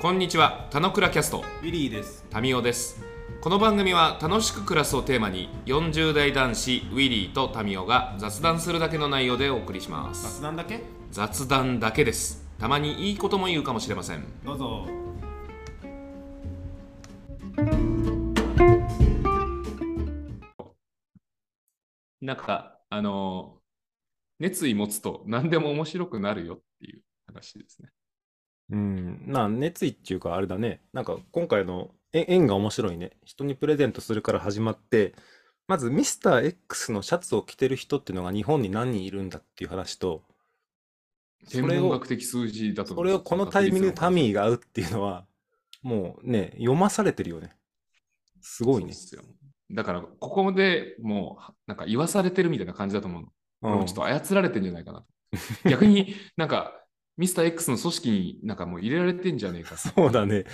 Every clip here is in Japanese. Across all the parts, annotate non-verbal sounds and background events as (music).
こんにちは、たのくらキャスト、ウィリーです。タミオです。この番組は楽しく暮らすをテーマに、40代男子ウィリーとタミオが雑談するだけの内容でお送りします。雑談だけ雑談だけです。たまにいいことも言うかもしれません。どうぞ。なんか、あの熱意持つと何でも面白くなるよっていう話ですね。うん、な熱意っていうかあれだね。なんか今回のえ縁が面白いね。人にプレゼントするから始まって、まずミスター X のシャツを着てる人っていうのが日本に何人いるんだっていう話と、そ天れを文学的数字だとそれをこのタイミングでターミーが会うっていうのは、もうね、読まされてるよね。すごいね。すよ。だから、ここでもう、なんか言わされてるみたいな感じだと思うの。俺うもんちょっと操られてんじゃないかな。逆 (laughs) になんか、ミスター X の組織になんかもう入れられてんじゃねえか。そうだね。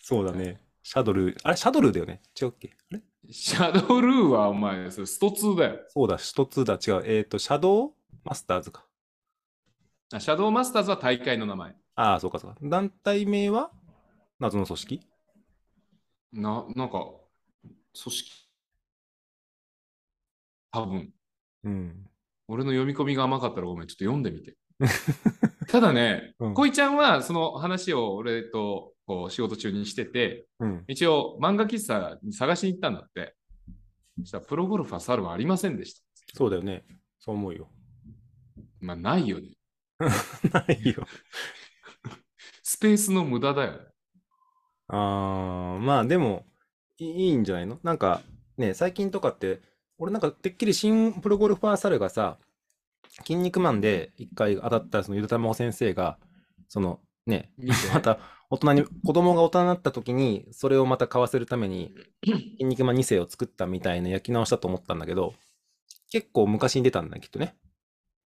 そうだね。シャドル、あれシャドルだよね。違うっけあれシャドウルーはお前、それスト2だよ。そうだ、一つだ、違う。えっと、シャドウマスターズか。あシャドウマスターズは大会の名前。ああ、そうかそうか。団体名は謎の組織な、なんか、組織。多分、うん。俺の読み込みが甘かったらごめん、ちょっと読んでみ (laughs) て。ただね、うんこいちゃんはその話を俺とこう仕事中にしてて、うん。一応漫画喫茶に探しに行ったんだって。そしたらプロゴルファー猿はありませんでした。そうだよね。そう思うよ。まあ、ないよね。 (laughs) ないよ。スペースの無駄だよね。 (laughs) あー、まあでも、いいいんじゃないのなんか、ね、最近とかって、俺なんかてっきり新プロゴルファー猿がさ、筋肉マンで一回当たったそのゆでたまご先生が、そのね、見 (laughs) てまた大人に、子供が大人になった時に、それをまた買わせるため (laughs) に、筋肉マン2世を作ったみたいな焼き直したと思ったんだけど、結構昔に出たんだね、きっとね。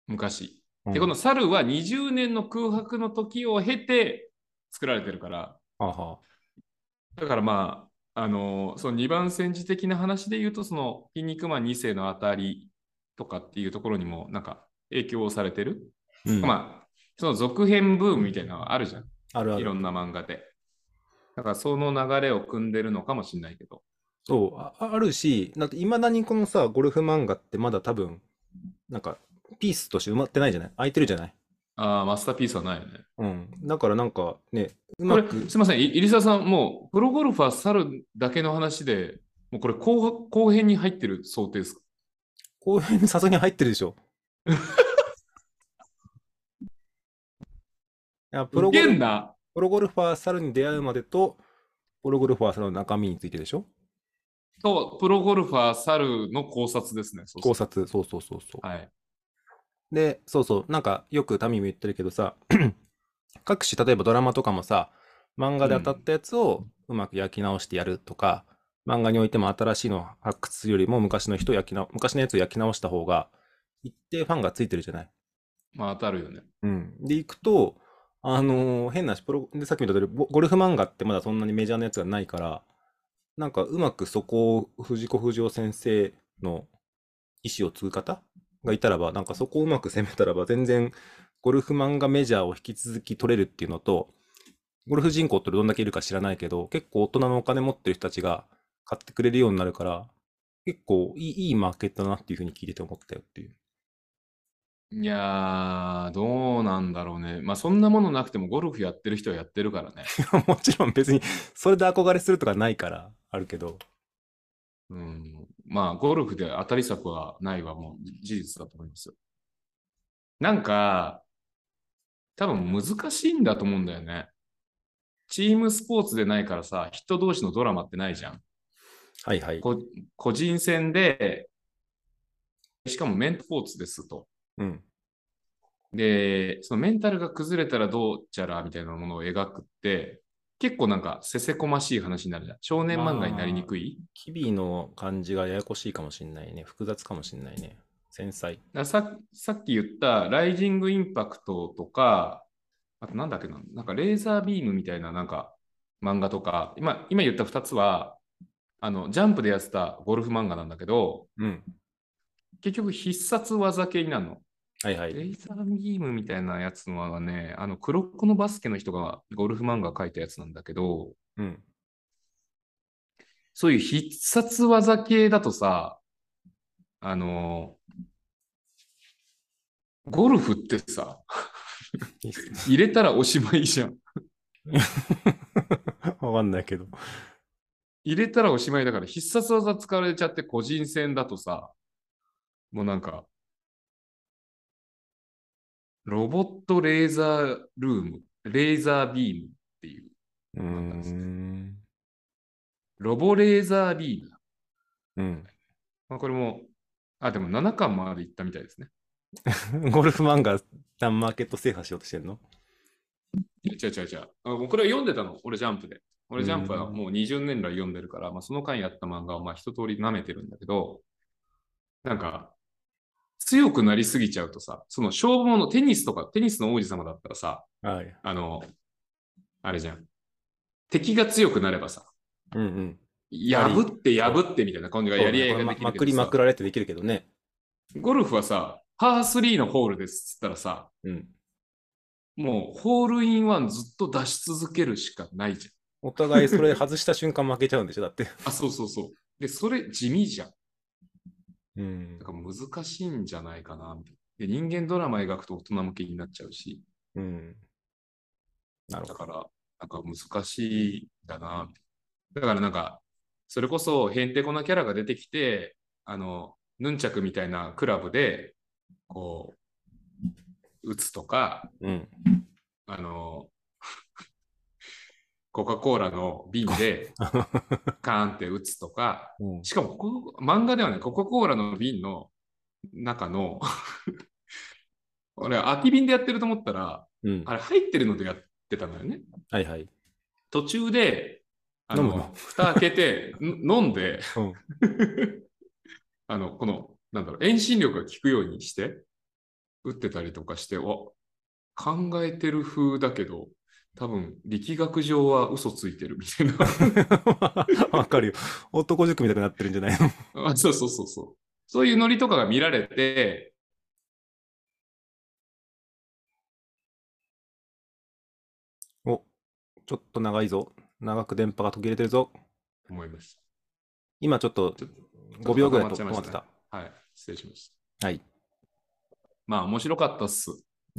昔。うんで、この猿は20年の空白の時を経て作られてるから、あはだからまあ、あのその2番戦時的な話で言うと、その筋肉マン2世のあたりとかっていうところにも、なんか影響をされてる。うんまあ、その続編ブームみたいなのはあるじゃん。あるあいる。ろんな漫画で。だからその流れを組んでるのかもしれないけど。そう、あああるし、だっていまだにこのさ、ゴルフ漫画ってまだ多分、なんか、ピースとして埋まってないじゃない空いてるじゃないああ、マスターピースはないよね。うん。だからなんかね、うこまれく、すみません、い入澤さん、もうプロゴルファー猿だけの話で、もうこれ後後編に入ってる想定ですか公園にさすがに入ってるで (laughs) しょ。いやプロいゴルけんプなロゴルファー猿に出会うまでと、プロゴルファー猿の中身についてでしょと、プロゴルファー猿の考察ですね。そうそう考察、そうそうそうそう。はい。で、そうそう、なんかよくタミも言ってるけどさ、 (clears throat) 各種、例えばドラマとかもさ、漫画で当たったやつをうまく焼き直してやるとか、漫画においても新しいのを発掘するよりも昔の人を焼きな、昔のやつを焼き直した方が、一定ファンがついてるじゃない。まあ当たるよね。うん。で、行くと、あのー変なし、プロ、で、さっきも言った通り、ゴゴルフ漫画ってまだそんなにメジャーなやつがないから、なんかうまくそこを藤子不二雄先生の意思を継ぐ方がいたらば、なんかそこをうまく攻めたらば、全然ゴルフ漫画メジャーを引き続き取れるっていうのと、ゴルフ人口ってどんだけいるか知らないけど、結構大人のお金持ってる人たちが買ってくれるようになるから、結構いいいいマーケットだなっていうふうに聞いてて思ったよっていう。いやー、どうなんだろうね。まあそんなものなくてもゴルフやってる人はやってるからね。 (laughs) もちろん別にそれで憧れするとかないからあるけど、うん、まあゴルフで当たり策はないはもう事実だと思いますよ。なんか、多分難しいんだと思うんだよね。チームスポーツでないからさ、人同士のドラマってないじゃん。はいはい。こ個人戦で、しかもメンタルスポーツですと。うん。で、そのメンタルが崩れたらどうちゃらみたいなものを描くって、結構なんかせせこましい話になるじゃん。少年漫画になりにくい。キビの感じがややこしいかもしんないね。複雑かもしんないね。繊細。だささっき言ったライジングインパクトとか、あとなんだっけな、なんかレーザービームみたいななんか漫画とか、今今言った2つは、あのジャンプでやってたゴルフ漫画なんだけど、うん。結局必殺技系になるの。はいはい。レイザービームみたいなやつのはね、あの黒子のバスケの人がゴルフ漫画描いたやつなんだけど、うん。そういう必殺技系だとさ、あの、ゴルフってさ、入れたらおしまいじゃん。わかんないけど。入れたらおしまいだから必殺技使われちゃって個人戦だとさ、もうなんか、ロボットレーザールーム、レーザービームっていう、うーん。ロボレーザービームだ。うん。 (laughs) まあ、これも、あ、でも7巻まで行ったみたいですね。ゴルフ漫画、ダンマーケット制覇しようとしてんのいや違う違う違う。あもうこれは読んでたの、俺ジャンプで。俺ジャンプはもう20年来読んでるから、まあ、その間やった漫画をまあ一通り舐めてるんだけど、なんか、強くなりすぎちゃうとさ、その勝負ものテニスとか、テニスの王子様だったらさ、はい。あの、あれじゃん。敵が強くなればさ、うんうん。破って破ってみたいな感じがやり合いができるけどまくりまくさられてできるけどね。ゴルフはさ、パー3のホールですっつったらさ、うん。もうホールインワンずっと出し続けるしかないじゃん。お互いそれ外した瞬間負けちゃうんでしょ、だって。あ、そうそうそう。で、それ地味じゃん。うんだ。から難しいんじゃないかなみたいな。で、人間ドラマ描くと大人向けになっちゃうし、うん。なるだほど。から、なんか難しいんだなみたいな。だからなんか、それこそへんてこなキャラが出てきて、あの、ヌンチャクみたいなクラブで、こう、打つとか、うん。あの、コカ・コーラの瓶 (laughs) でカーンって打つとか、うんしかもここ、漫画ではね、コカ・コーラの瓶の中の (laughs) 俺、空き瓶でやってると思ったら、うん。あれ、入ってるのでやってたのよね。はいはい。途中で、あ飲むのの、蓋開け (laughs) て、ん飲んで、うん。 (laughs) あの、この、なんだろう、遠心力が効くようにして、打ってたりとかして、お考えてる風だけど、多分、力学上は嘘ついてるみたいな。 (laughs) (laughs) わかるよ。男塾みたくなってるんじゃないのあそうそうそうそう。そういうノリとかが見られて、お、ちょっと長いぞ。長く電波が途切れてるぞ。思いました。今ちょっとちょっ5秒ぐらいとちょっ止とままっっててたた。はい、失礼しましはい。た。まあ、面白かったっす。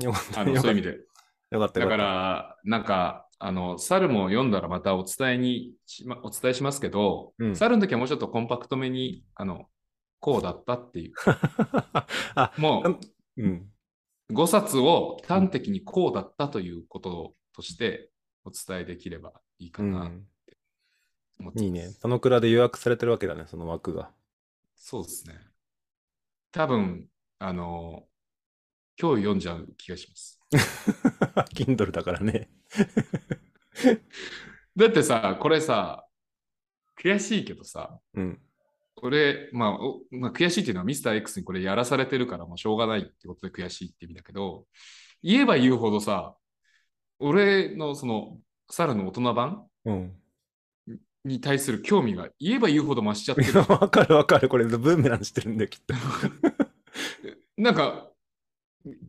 よかった。あの (laughs) よそうかいっうた意味で。よかっだた。かよかっら、なんか、あの、猿も読んだらまたお伝えにし、ま、お伝えしますけど、うん猿の時はもうちょっとコンパクトめに、あの、こうだったっていう。 (laughs) たあ、もうんうん。う、5冊を端的にこうだったということとしてお伝えできればいいかうなとん。思ってます。いいね。そのくらで予約されてるわけだね、その枠が。 (laughs) そうですね。多分、あの、今日読んじゃう気がします。 Kindle だからね。だってさ、これさ、悔しいけどさ、うん。俺、まあ、おまあ、悔しいっていうのはミスター X にこれやらされてるからもうしょうがないってことで悔しいって意味だけど、言えば言うほどさ、俺のその、猿の大人版うん。 (laughs) に対する興味が言えば言うほど増しちゃってい (laughs) やる。わかるわかる。これ、ブーメランしてるんだよ、きっと。なんか、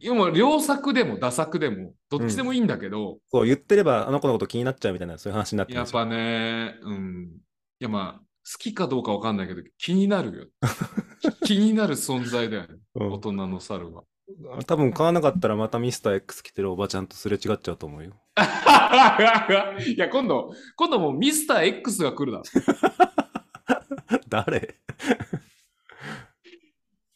もう両作でも打作でも、どっちでもいいんだけど、そう、言ってれば、あの子のこと気になっちゃうみたいな、そういう話になってるやっぱね、うん。いやまあ、好きかどうかわかんないけど、気になるよ。気になる存在だよね、うん大人の猿は。多分買わなかったらまたミスター X 着てるおばちゃんとすれ違っちゃうと思うよ。 (laughs) いや、今度、今度もうミスター X が来るだろ。誰 (laughs)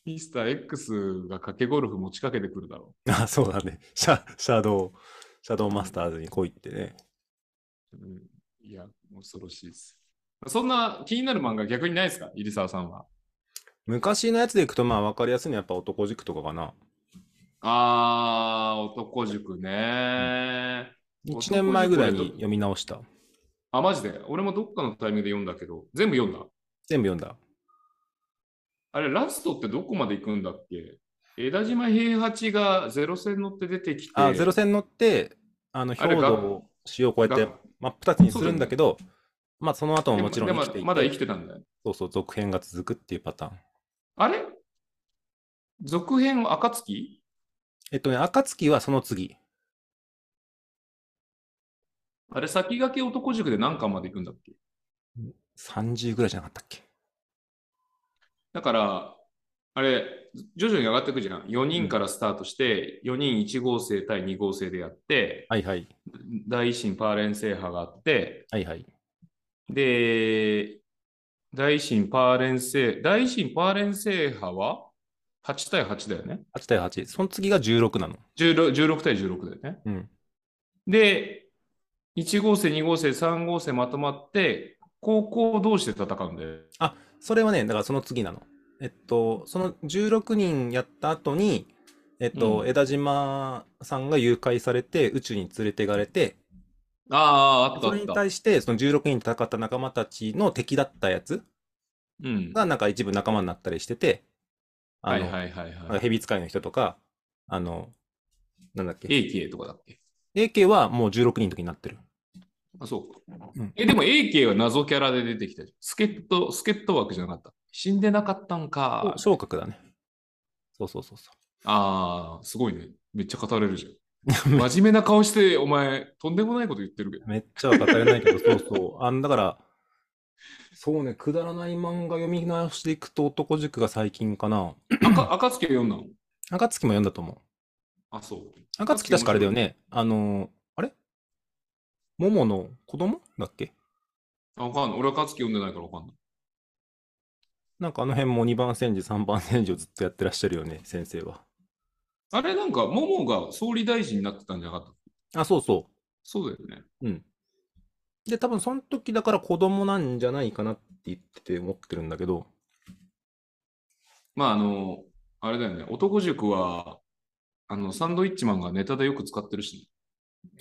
ミスター X が掛けゴルフ持ちかけてくるだろあ、そうだね。シャ、シャドウ、シャドウマスターズに来いってね。う。うん、いや、恐ろしいです。そんな気になる漫画逆にないですか入澤さんは。昔のやつでいくと、まあ分かりやすいのはやっぱ男塾とかかな。あー、男塾ね。 1年前ぐらい男に塾読み直した。あ、マジで。俺もどっかのタイミングで読んだけど、全部読んだ。全部読んだ。あれ、ラストってどこまで行くんだっけ枝島平八がゼロ戦乗って出てきて。あ、ゼロ戦乗って、ああの、兵れ道を塩をこうやってが真っ二つにするんだけど、まあその後ももちろんでも生きていて、まだ生きてたんだよ。そうそう、続編が続くっていうパターン。あれ続編は暁えっとね、暁はその次。あれ、先駆け男塾で何巻まで行くんだっけ30ぐらいじゃなかったっけだから、あれ、徐々に上がっていくじゃん。4人からスタートして、4人1号生対2号生でやって、はいはい。第一審パーレン制覇があって、はいはい。で、第一審パーレン制、第一審パーレン制覇は8対8だよね。 8対8。その次が16なの。 16, 16対16だよね。うん。で、1号生、2号生、3号生まとまって、高校同士で戦うんだよ。それはね、だからその次なの。えっと、その16人やった後に、えっと、うん枝島さんが誘拐されて、宇宙に連れていかれて、ああ、あったそあれにった。対して、その16人戦った仲間たちの敵だったやつうん。が、なんか一部仲間になったりしてて、あはいの、はいはいなんかはい。蛇使いの人とか、あの、なんだっけ、英慶とかだっけ AK はもう16人の時になってる。あ、そうかうんえ、でも AK は謎キャラで出てきたじゃん。助っ人、助っ人枠じゃなかった。死んでなかったんか。昇格だね。そうそうそうそああ、すごいね。めっちゃ語れるじゃ (laughs) ん。真面目な顔して、お前、とんでもないこと言ってるけど。う。めっちゃは語れないけ (laughs) ど、そうそう。あんだから、そうね、くだらない漫画読み直していくと男塾が最近かな。あか、暁は読んだの暁も読んだと思う。あ、そう。暁確かあれだよね。あのー、あれ桃の子供だっけあ、わかんない。俺は暁読んでないからわかんない。なんかあの辺も2番戦時、3番戦時をずっとやってらっしゃるよね、先生は。あれ、なんか、桃が総理大臣になってたんじゃなかったあ、そうそう。そうだよね。うん。で、多分その時だから子供なんじゃないかなって言ってて思ってるんだけど、 (laughs) まあ、あの、あれだよね。男塾は、あの、サンドイッチマンがネタでよく使ってるし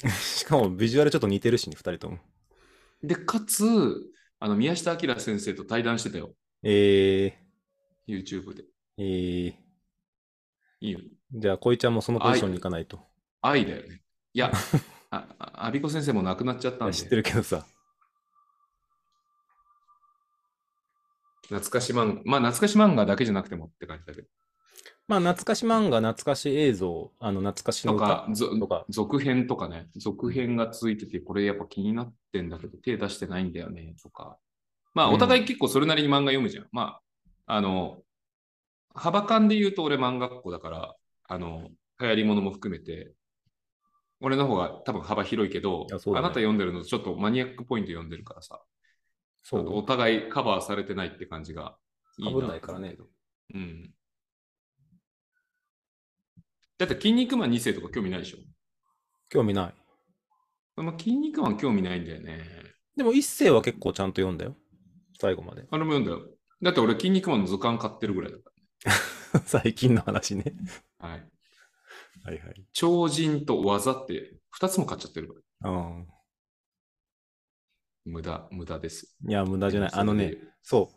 ね、しかもビジュアルちょっと似てるしね、2人とも。で、かつ、あの、宮下明先生と対談してたよ。え YouTube で。ー、えー、いいよ。じゃあ、こいちゃんもそのポジションに行かないと。愛だよね。い (laughs) や、あ、あアビコ先生も亡くなっちゃったんで、知ってるけどさ。懐かし漫画。まあ、懐かし漫画だけじゃなくてもって感じだけど。まあ、懐かし漫画、懐かし映像、あの、懐かしのとか歌、ぞとか、続編とかね。続編がついてて、これやっぱ気になってんだけど、手出してないんだよね、とか。まあ、うんお互い結構それなりに漫画読むじゃん。まあ、あの、幅感で言うと俺漫画っ子だから、あの、流行りものも含めて、俺の方が多分幅広いけど、いやそうだあねなた読んでるのとちょっとマニアックポイント読んでるからさ、そおう。互いカバーされてないって感じがいい被んないからね。うん。だって、筋肉マン2世とか興味ないでしょ興味ない。まあ、筋肉マン興味ないんだよね。でも、一世は結構ちゃんと読んだよ。最後まで。あれも読んだよ。だって俺、筋肉マンの図鑑買ってるぐらいだか (laughs) 最近の話ね。ら。はい。はいはい。超人と技って2つも買っちゃってるから。うん。無駄、無駄です。いや、無駄じゃない。あのそね、れで言う。そ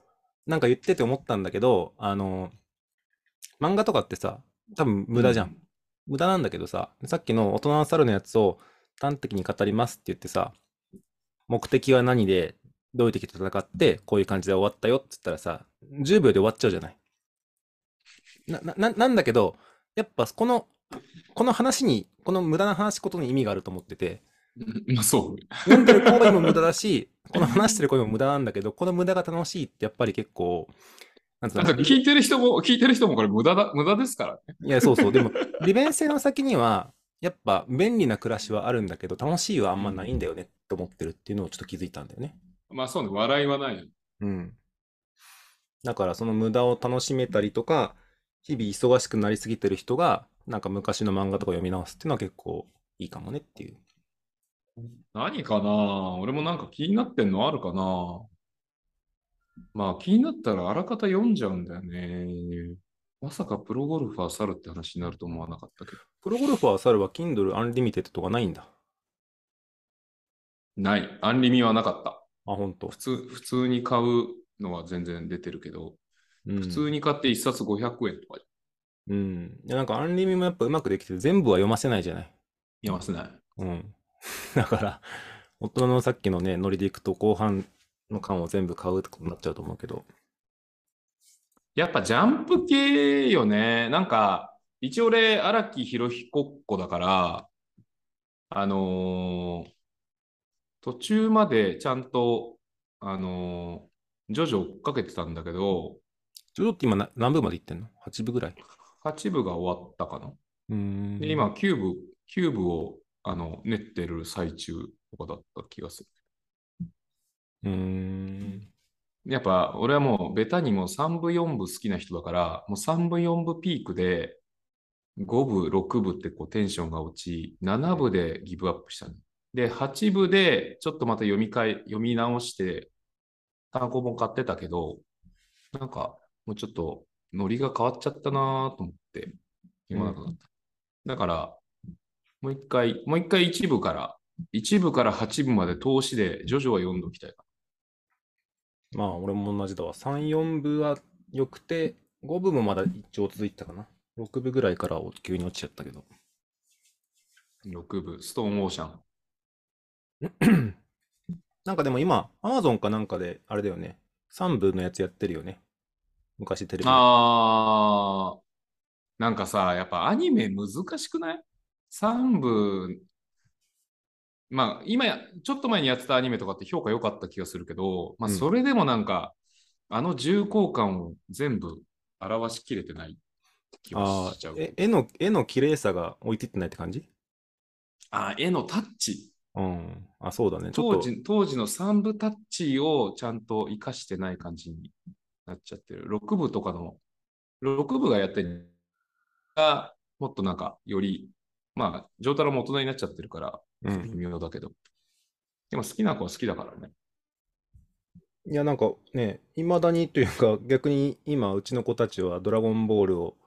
う。なんか言ってて思ったんだけど、あの、漫画とかってさ、多分無駄じゃん。無駄なんだけどさ、さっきの大人の猿のやつを端的に語りますって言ってさ、目的は何で、どういう敵と戦って、こういう感じで終わったよって言ったらさ、10秒で終わっちゃうじゃない。な、なな、なんだけど、やっぱこの、この話に、この無駄な話ことに意味があると思ってて、うん。まあ、そう。読んでる行為も無駄だし、この話してる行為も無駄なんだけど、この無駄が楽しいってやっぱり結構、なんつうなのんか聞いてる人も、聞いてる人もこれ無駄だ、無駄ですからね。いや、そうそう。でも、利便性の先には、やっぱ便利な暮らしはあるんだけど、楽しいはあんまないんだよねって思ってるっていうのをちょっと気づいたんだよね。まあそうね、笑いはない。うん。だから、その無駄を楽しめたりとか、日々忙しくなりすぎてる人が、なんか昔の漫画とか読み直すっていうのは結構いいかもねっていう。何かな俺もなんか気になってんのあるかなまあ気になったらあらかた読んじゃうんだよね。まさかプロゴルファー猿って話になると思わなかったけど。プロゴルファー猿は Kindle Unlimited とかないんだ。ない。アンリミはなかった。あ、ほんと普。通、普通に買うのは全然出てるけど、うん普通に買って1冊500円とかうん。いや、なんか、アンリミもやっぱうまくできてて、全部は読ませないじゃない。いますね。うん。 (laughs) だから、大人のさっきのね、ノリでいくと、後半の巻を全部買うってことになっちゃうと思うけど。やっぱジャンプ系よね。なんか、一応俺、荒木博彦っ子だから、あのー途中までちゃんと、あのージョジョ追っかけてたんだけど、ジョジョって今な何部まで行ってんの ?8 部ぐらい。 8部が終わったかな。うーんで、今、9部、9部を、あの、練ってる最中とかだった気がする。うーん。やっぱ俺はもうベタにもう3部4部好きな人だから、もう3部4部ピークで5部6部ってこうテンションが落ち、7部でギブアップしたの。で、8部でちょっとまた読み替え、読み直して単行本買ってたけど、なんかもうちょっとノリが変わっちゃったなと思って読まなくなった。だから、もう一回、もう一回1部から、1部から8部まで通しでジョジョは読んどきたい。まあ、俺も同じだわ。3、4部は良くて、5部もまだ一応続いてたかな。6部ぐらいからお急に落ちちゃったけど。 6部、ストーンオーシャン。なんかでも今、アマゾンかなんかで、あれだよね。3部のやつやってるよね。昔テレビで。あー、なんかさ、やっぱアニメ難しくない ?3 部、まあ今や、ちょっと前にやってたアニメとかって評価良かった気がするけど、まあうんそれでもなんか、あの重厚感を全部表しきれてない気があしちゃーう。え絵の、絵の綺麗さが追いついてないって感じあー、絵のタッチ。うん。あ、そうだね。ちょっ当と。時、当時の3部タッチをちゃんと活かしてない感じになっちゃってる。6部とかの、6部がやってるが、もっとなんか、より、まあ、上太郎も大人になっちゃってるから、うん微。妙だけど。でも好きな子は好きだからね。いや、なんかね、いまだにというか、 (laughs) 逆に今、うちの子たちはドラゴンボールを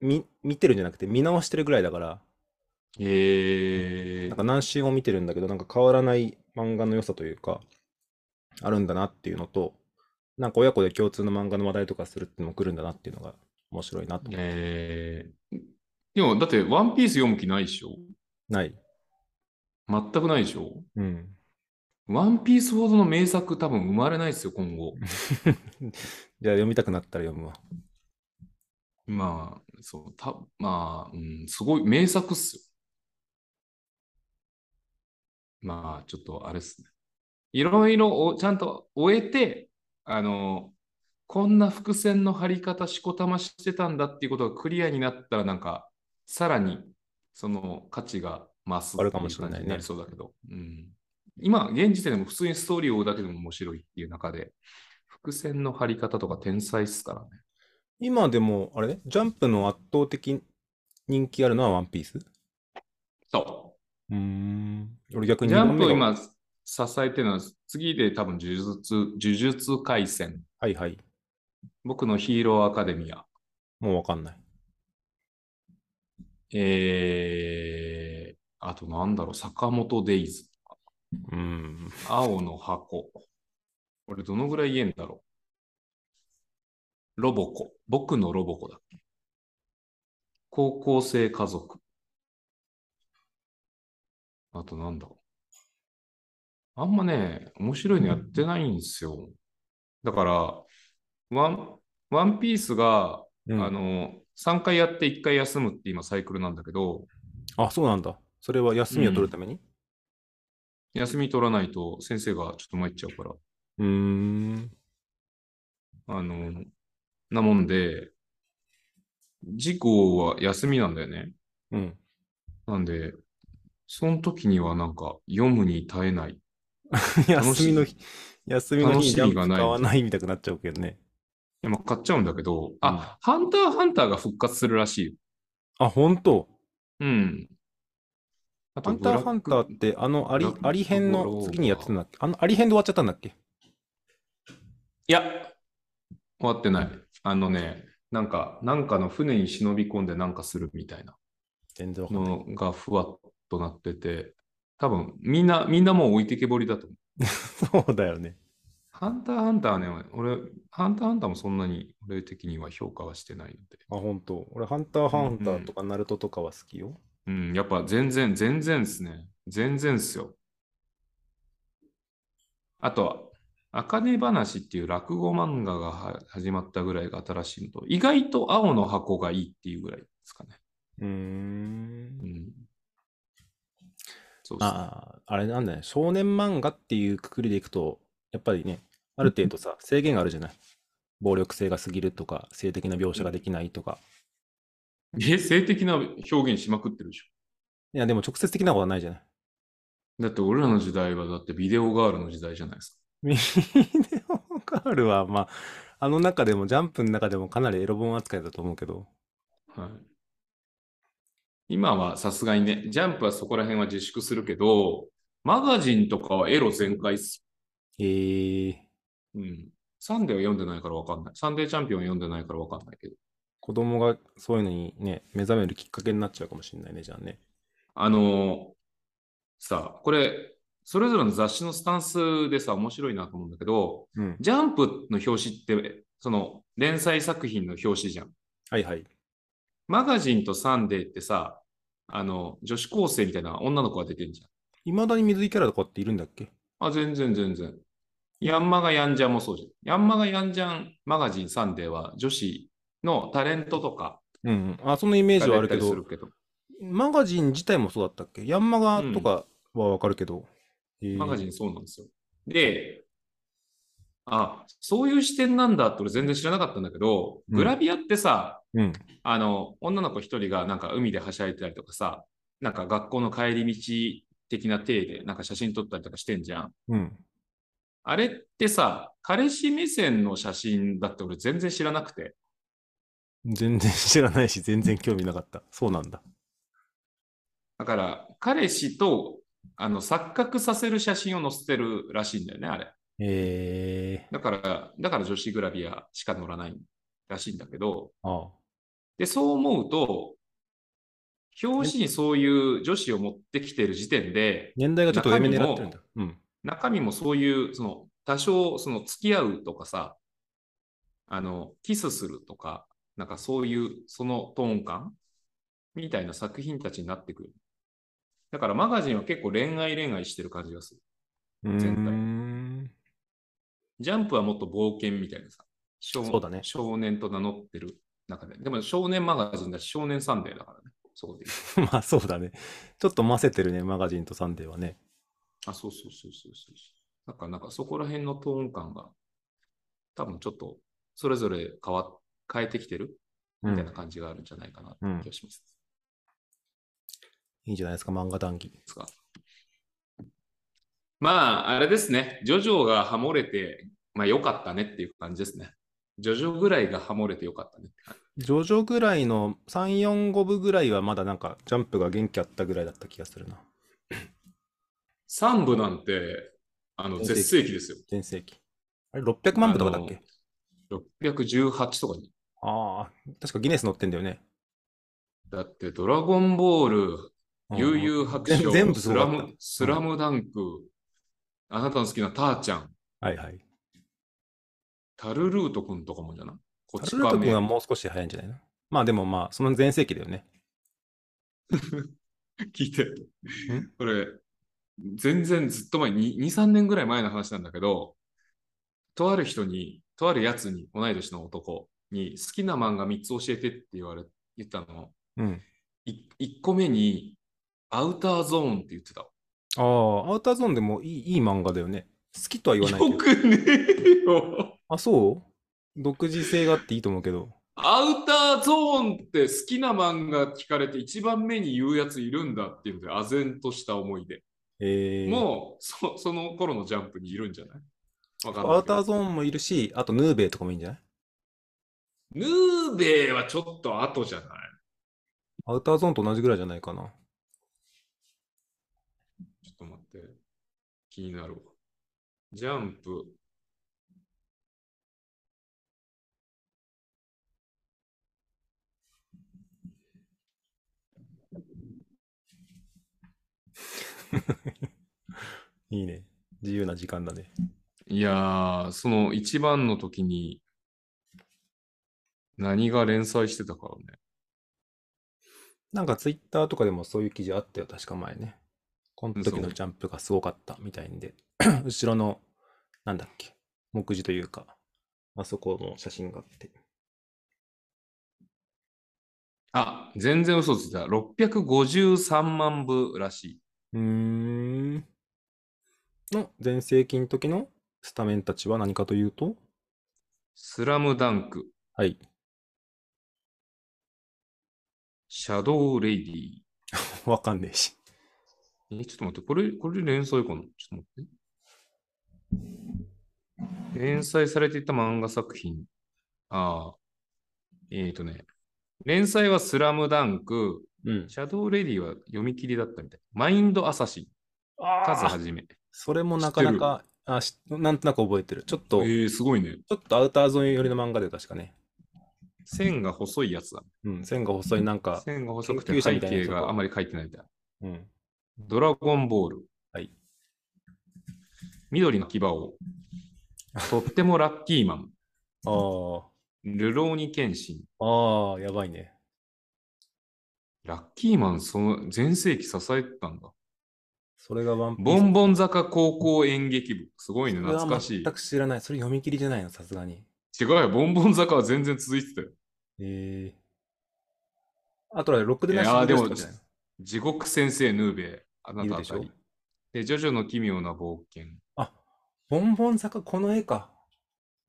見、見てるんじゃなくて、見直してるぐらいだから、へなんか何週も見てるんだけど、なんか変わらない漫画の良さというか、あるんだなっていうのと、なんか親子で共通の漫画の話題とかするってのも来るんだなっていうのが面白いなと。えでも、だって、ワンピース読む気ないでしょない。全くないでしょ (laughs) うん。ワンピースほどの名作多分生まれないですよ、今後。じゃあ読みたくなったら読むわ。まあ、そう、た、まあ、うん、すごい名作っすよ。まあ、ちょっとあれっすね。いろいろおちゃんと終えて、あの、こんな伏線の張り方、しこたましてたんだっていうことがクリアになったら、なんか、さらに、その価値が増すあるかもしれなってう感じいねになりそうだけど、うん。今、現時点でも普通にストーリーを追うだけでも面白いっていう中で、伏線の張り方とか天才っすからね。今でも、あれジャンプの圧倒的人気あるのはワンピースそう。うーん。俺逆にジ2ャ番ン目プをが今支えてるのは、次で多分呪術、呪術廻戦。はいはい。僕のヒーローアカデミア。もうわかんない。えー、あとなんだろう、坂本デイズ。うん。青の箱。これどのぐらい言えんだろう。ロボコ。僕のロボコだっけ。高校生家族。あとなんだろう。あんまね、面白いのやってないんですよ。だから、ワン、ワンピースが、うんあの、3回やって1回休むって今サイクルなんだけど、あ、そうなんだ。それは休みを取るために休み取らないと先生がちょっと参っちゃうから、うーん。あの、なもんで、事故は休みなんだよね。 (laughs) うん。なんで、その時にはなんか読むに耐えない。休みの日、休みの日にジャンプ楽しみがない買わないみたくなっちゃうけどね。今買っちゃうんだけど、あ、ハンターハンターが復活するらしいよ。あ、本当うん。あハンターハンターーって、あのアリブラッ、クアリ編ブローのが次にやってたんだっけあの、アリ編で終わっちゃったんだっけいや、終わってない。あのね、なんか、なんかの船に忍び込んでなんかするみたいな全然わかんない。のがふわっとなってて、多分みんな、みんなもう置いてけぼりだと思う。 (laughs) そうだよね。ハンターハンターはね、俺、ハンターハンターもそんなに俺的には評価はしてないので。あ、本当俺、ハンターハンターとかナルトとかは好きよ。うん、やっぱ全然、全然ですね。全然っすよ。あとは、あかね話っていう落語漫画がは始まったぐらいが新しいのと、意外と青の箱がいいっていうぐらいですかね。うー。うんん。そうですね。ああ、あれなんだね。少年漫画っていうくくりでいくと、やっぱりね、ある程度 (laughs) さ、制限があるじゃない。暴力性が過ぎるとか、性的な描写ができないとか。え、性的な表現しまくってるでしょ。いや、でも直接的なことはないじゃない。だって俺らの時代はだってビデオガールの時代じゃないですか。ミデオガールは、まあ、あの中でも、ジャンプの中でもかなりエロ本扱いだと思うけど。はい、今はさすがにね、ジャンプはそこら辺は自粛するけど、マガジンとかはエロ全開っす。えー、うん。サンデーは読んでないからわかんない。サンデーチャンピオンは読んでないからわかんないけど。子供がそういうのにね、目覚めるきっかけになっちゃうかもしれないね、じゃあね。あのーさあ、これ、それぞれの雑誌のスタンスでさ、面白いなと思うんだけど、うん。ジャンプの表紙って、その連載作品の表紙じゃん。はいはい。マガジンとサンデーってさ、あの、女子高生みたいな女の子が出てんじいまだに水着キャラとかっているんだっけゃん。あ、全然全然。ヤンマガヤンジャンもそうじゃん。ヤンマガヤンジャンマガジンサンデーは女子のタレントとかうん、うん。あ、そのイメージはあるけが出たりすどる、けど、マガジン自体もそうだったっけヤンマガとかはわかるけど。えーマガジンそうなんですよ。で、あ、そういう視点なんだって俺全然知らなかったんだけど、うんグラビアってさ、うん。あの、女の子一人がなんか海ではしゃいでたりとかさ、なんか学校の帰り道的な体でなんか写真撮ったりとかしてんじゃん。うん。あれってさ、彼氏目線の写真だって俺全然知らなくて。全然知らないし、全然興味なかった。そうなんだ。だから、彼氏とあの錯覚させる写真を載せてるらしいんだよね、あれ。えだから、だから女子グラビアしか載らないらしいんだけど、ー、ああ。で、そう思うと、表紙にそういう女子を持ってきてる時点で、年代がちょっと上目狙ってるんだ。うん。中身もそういう、その、多少、その、付き合うとかさ、あの、キスするとか、なんかそういう、そのトーン感みたいな作品たちになってくる。だからマガジンは結構恋愛恋愛してる感じがする。全体うーん (laughs) ジャンプはもっと冒険みたいなさ、少そうだね少年と名乗ってる中で。でも少年マガジンだし、少年サンデーだからね。そこで言う。まあそうだね。ちょっと混ぜてるね、マガジンとサンデーはね。あ、そうそうそうそうそうそう。だからなんかそこら辺のトーン感が、多分ちょっと、それぞれ変わ、変えてきてるう。みたいなん感じがあるんじゃないかなってうん気がします。いいじゃないですか、漫画談義。ですかまあ、あれですね。ジョジョがハモれて、まあ良かったねっていう感じですね。ジョジョぐらいがハモれて良かったね。ジョジョぐらいの3、4、5部ぐらいはまだなんかジャンプが元気あったぐらいだった気がするな。 3部なんて、あの、全絶盛盛期期ですよ。全盛期。あれ、600万部とかだっけ618とかに。ああー、確かギネス載ってんだよね。だって、ドラゴンボール、うん悠々白書、全全部スそうだラったム、スラムダンク、あなたの好きなターちゃん、はいはい。タルルート君とかもじゃないこタちルルート亀君はもう少し早いんじゃないのまあでもまあ、その全盛期だよね。聞いて。これ、全然ずっと前に、2、3年ぐらい前の話なんだけど、とある人に、とあるやつに、同い年の男に、好きな漫画3つ教えてって言われ、言ったの。うん。い1個目に、アウターゾーンって言ってた。ああ、アウターゾーンでもいいいい漫画だよね。好きとは言わないけよど。くねえよ。あ、そう独自性があっていいと思うけど。アウターゾーンって好きな漫画聞かれて一番目に言うやついるんだっていうので、唖然とした思いで。えー、もうそ、その頃のジャンプにいるんじゃないわかんないけどアウターゾーンもいるし、あとヌーベイとかもいいんじゃないヌーベイはちょっと後じゃないアウターゾーンと同じぐらいじゃないかな。ちょっと待って。気になるわ。ジャンプ。いいね。自由な時間だね。いやー、その一番の時に何が連載してたからね。なんかツイッターとかでもそういう記事あったよ、確か前ね。この時そのう (clears throat) ジャンプがすごかったみたいんで、後ろの、なんだっけ、目次というか、あそこの写真があって。あ、全然嘘ついた。653万部らしい。うーん。の全盛期の時のスタメンたちは何かというと、スラムダンク、はい。シャドウレイディ (laughs) わかんねえし。え、ちょっと待って、これ、これ連載かなちょっと待って。連載されていた漫画作品。ああ。えっ、ー、とね。連載はスラムダンク、うん。シャドウレディは読み切りだったみたい。マインドアサシン、あカズあはじめ。それもなかなか、あしなんとなく覚えてる。ちょっえと、ちー、すごいね。ょっとアウターゾーン寄りの漫画で確かね。線が細いやつだ。うん、線が細い、なんか、線が細くて研究者背みたいなや景つだがあまり書いてないみたい。うん。ドラゴンボール。はい。緑の牙を。とってもラッキーマン。ああ、ルローニケンシン。ああ、やばいね。ラッキーマン、その全盛期支えてたんだ。それがワンピース。ボンボン坂高校演劇部。すごいね、それは懐かしい全。く知らない。それ読み切りじゃないの、さすがに。違うよ、ボンボン坂は全然続いてたよ。ええあとは、ろくでないいやーシングルスとかじゃないの地獄先生ヌーベイ、あなたあたいるでり。で、ジョジョの奇妙な冒険。あ、ボンボン坂、この絵か。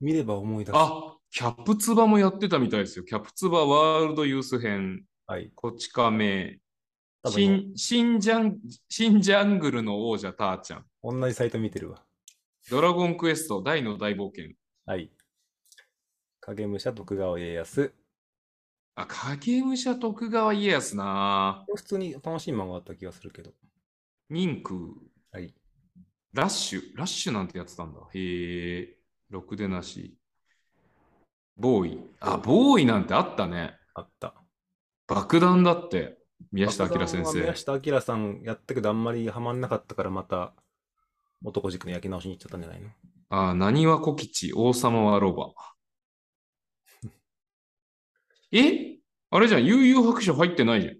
見れば思い出す。あ、キャップツバもやってたみたいですよ。キャップツバワールドユース編、はい。こち亀、多分、新新ジャン新ジャングルの王者ターちゃん、同じサイト見てるわ。ドラゴンクエスト、大の大冒険。はい。影武者、徳川家康。あ、影武者徳川家康な普通に楽しい漫画だった気がするけど。人空。はい。ラッシュ、ラッシュなんてやってたんだ。へえ、ろくでなし。ボーイ。あ、ボーイなんてあったね。あった。爆弾だって、宮下明先爆弾は宮生。下明さんやったけど、あんまりハマんなかったから、また、男軸の焼き直しに行っちゃったんじゃないのあ、なにわ小吉、王様はロバ。えあれじゃん、悠々白書入ってないじゃん。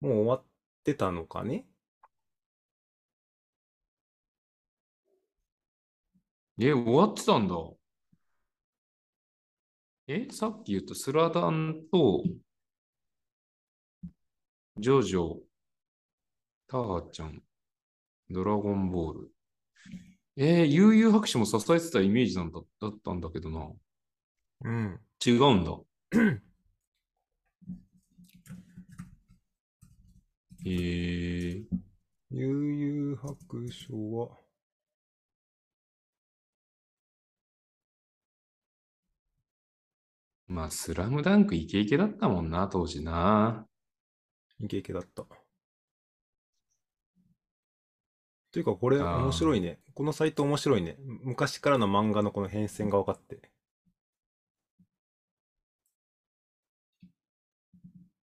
もう終わってたのかねえ、終わってたんだ。え、さっき言ったスラダンと、ジョジョ、ターちゃん、ドラゴンボール。えー、悠々白書も支えてたイメージなんだだったんだけどな。うん。違うんだ。えー、悠々白書は、まあ、スラムダンクイケイケだったもんな、当時な。イケイケだった。というか、これあー面白いね。このサイト面白いね。昔からの漫画のこの変遷が分かって。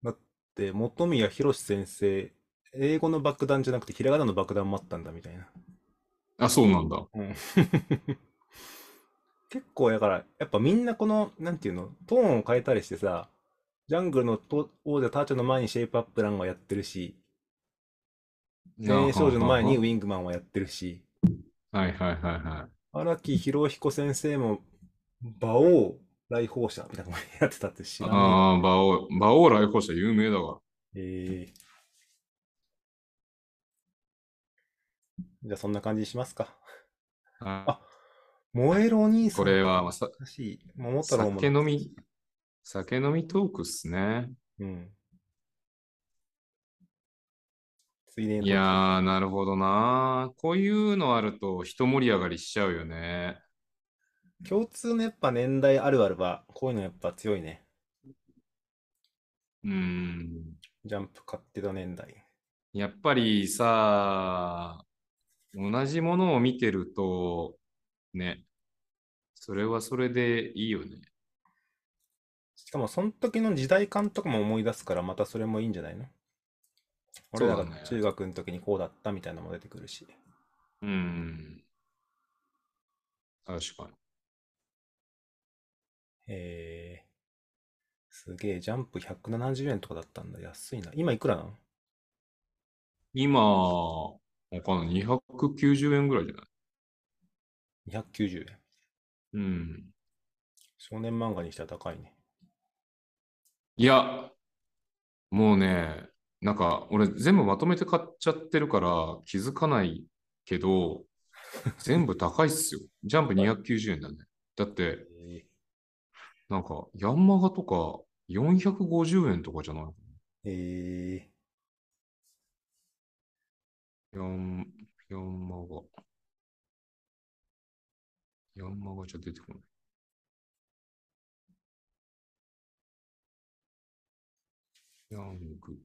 だって、本宮博先生、英語の爆弾じゃなくて、ひらがなの爆弾もあったんだみたいな。あ、そうなんだ。うん結構だからやっぱみんなこのなんていうのトーンを変えたりしてさジャングルのと王者ターチャの前にシェイプアップランはやってるし全英少女の前にウィングマンはやってるしはいはいはいはい。荒木博彦先生も馬王来訪者みたいなのやってたって知らんねああ、馬王、馬王来訪者有名だわ。ええじゃあそんな感じにしますかあ燃えるお兄さこんれはまあさ懐かしい桃太郎も酒飲み、酒飲みトークっすね。うん。ついでにいやー、なるほどなー。こういうのあると、一盛り上がりしちゃうよね。共通のやっぱ年代あるあるは、こういうのやっぱ強いね。うーん。ジャンプ買ってた年代。やっぱりさ、同じものを見てると、ね、それはそれでいいよね。しかも、その時の時代感とかも思い出すから、またそれもいいんじゃないの俺らそうだがね中学の時にこうだったみたいなのも出てくるし。うーん。確かに。へえ。すげえ、ジャンプ170円とかだったんだ。安いな。今いくらなの今、わかんない。290円ぐらいじゃない ?290 円。うん。少年漫画にしては高いね。いや、もうね、なんか俺全部まとめて買っちゃってるから気づかないけど、全部高いっすよ。ジャンプ290円だね。だって、なんか、ヤンマガとか450円とかじゃないえー、ヤン、ヤンマガ。ヤンマガじゃ出てこない。ヤング。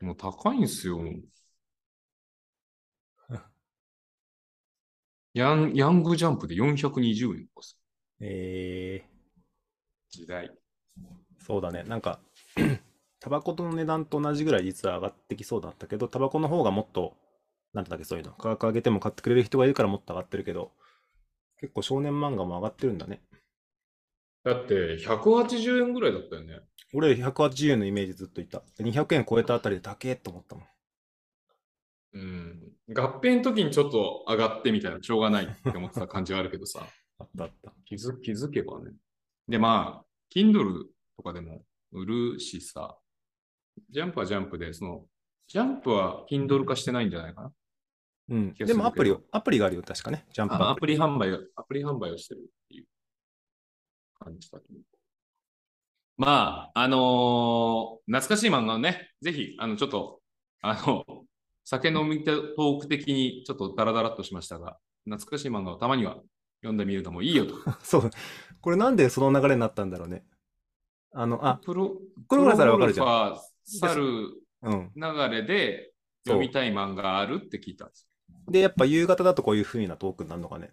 もう高いんすよ。ヤン、ヤングジャンプで420円とかさえ時代。ー、そうだね。なんか、 (clears throat) タバコとの値段と同じぐらい実は上がってきそうだったけど、タバコの方がもっと、なんだっけ、そういうの、価格上げても買ってくれる人がいるからもっと上がってるけど、結構少年漫画も上がってるんだね。だって、180円ぐらいだったよね。俺180円のイメージずっといた。200円超えたあたりで高えと思ったもん。うん。合併の時にちょっと上がってみたいな、しょうがないって思ってた感じはあるけどさ。あったあった。 (laughs) 気づ気づけばね。で、まあ、Kindle とかでも売るしさ、ジャンプはジャンプで、その、ジャンプは Kindle 化してないんじゃないかな。うん。気がするけどでもアプリを、アプリがあるよ、確かね。ジャンプあアアププリ販売を、アプリ販売をしてるっていう感じだけど。まあ、あのー懐かしい漫画をね、ぜひ、あの、ちょっと、あの、酒飲みトーク的にちょっとダラダラっとしましたが、懐かしい漫画をたまには読んでみるのもいいよと。リ。 (laughs) そう。これなんでその流れになったんだろうね。あの、あ、プロ、これぐらいならわかるじゃんプロゴルファー猿うん。流れで読みたい漫画あるって聞いたんです。で、やっぱ夕方だとこういう風なトークになるのかね。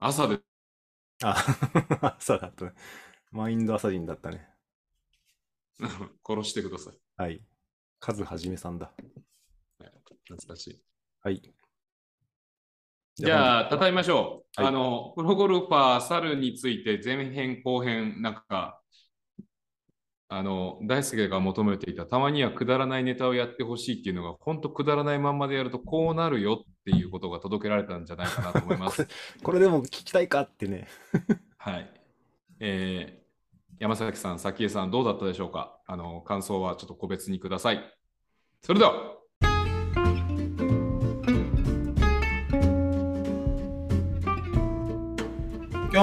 朝で、あ、 (laughs) 朝だとね。マインド朝人だったね。殺してください。はい。カズはじめさんだ。懐かしい。はい。じゃあ、たたえましょう。はいあの、プロゴルファー猿について前編後編、なんか、あの、大輔が求めていた、たまにはくだらないネタをやってほしいっていうのが、本当くだらないまんまでやるとこうなるよっていうことが届けられたんじゃないかなと思いまこす (laughs) れ。これでも聞きたいかってね。はい。えー山崎さん、咲江さん、どうだったでしょうかあの、感想はちょっと個別にください。それでは、今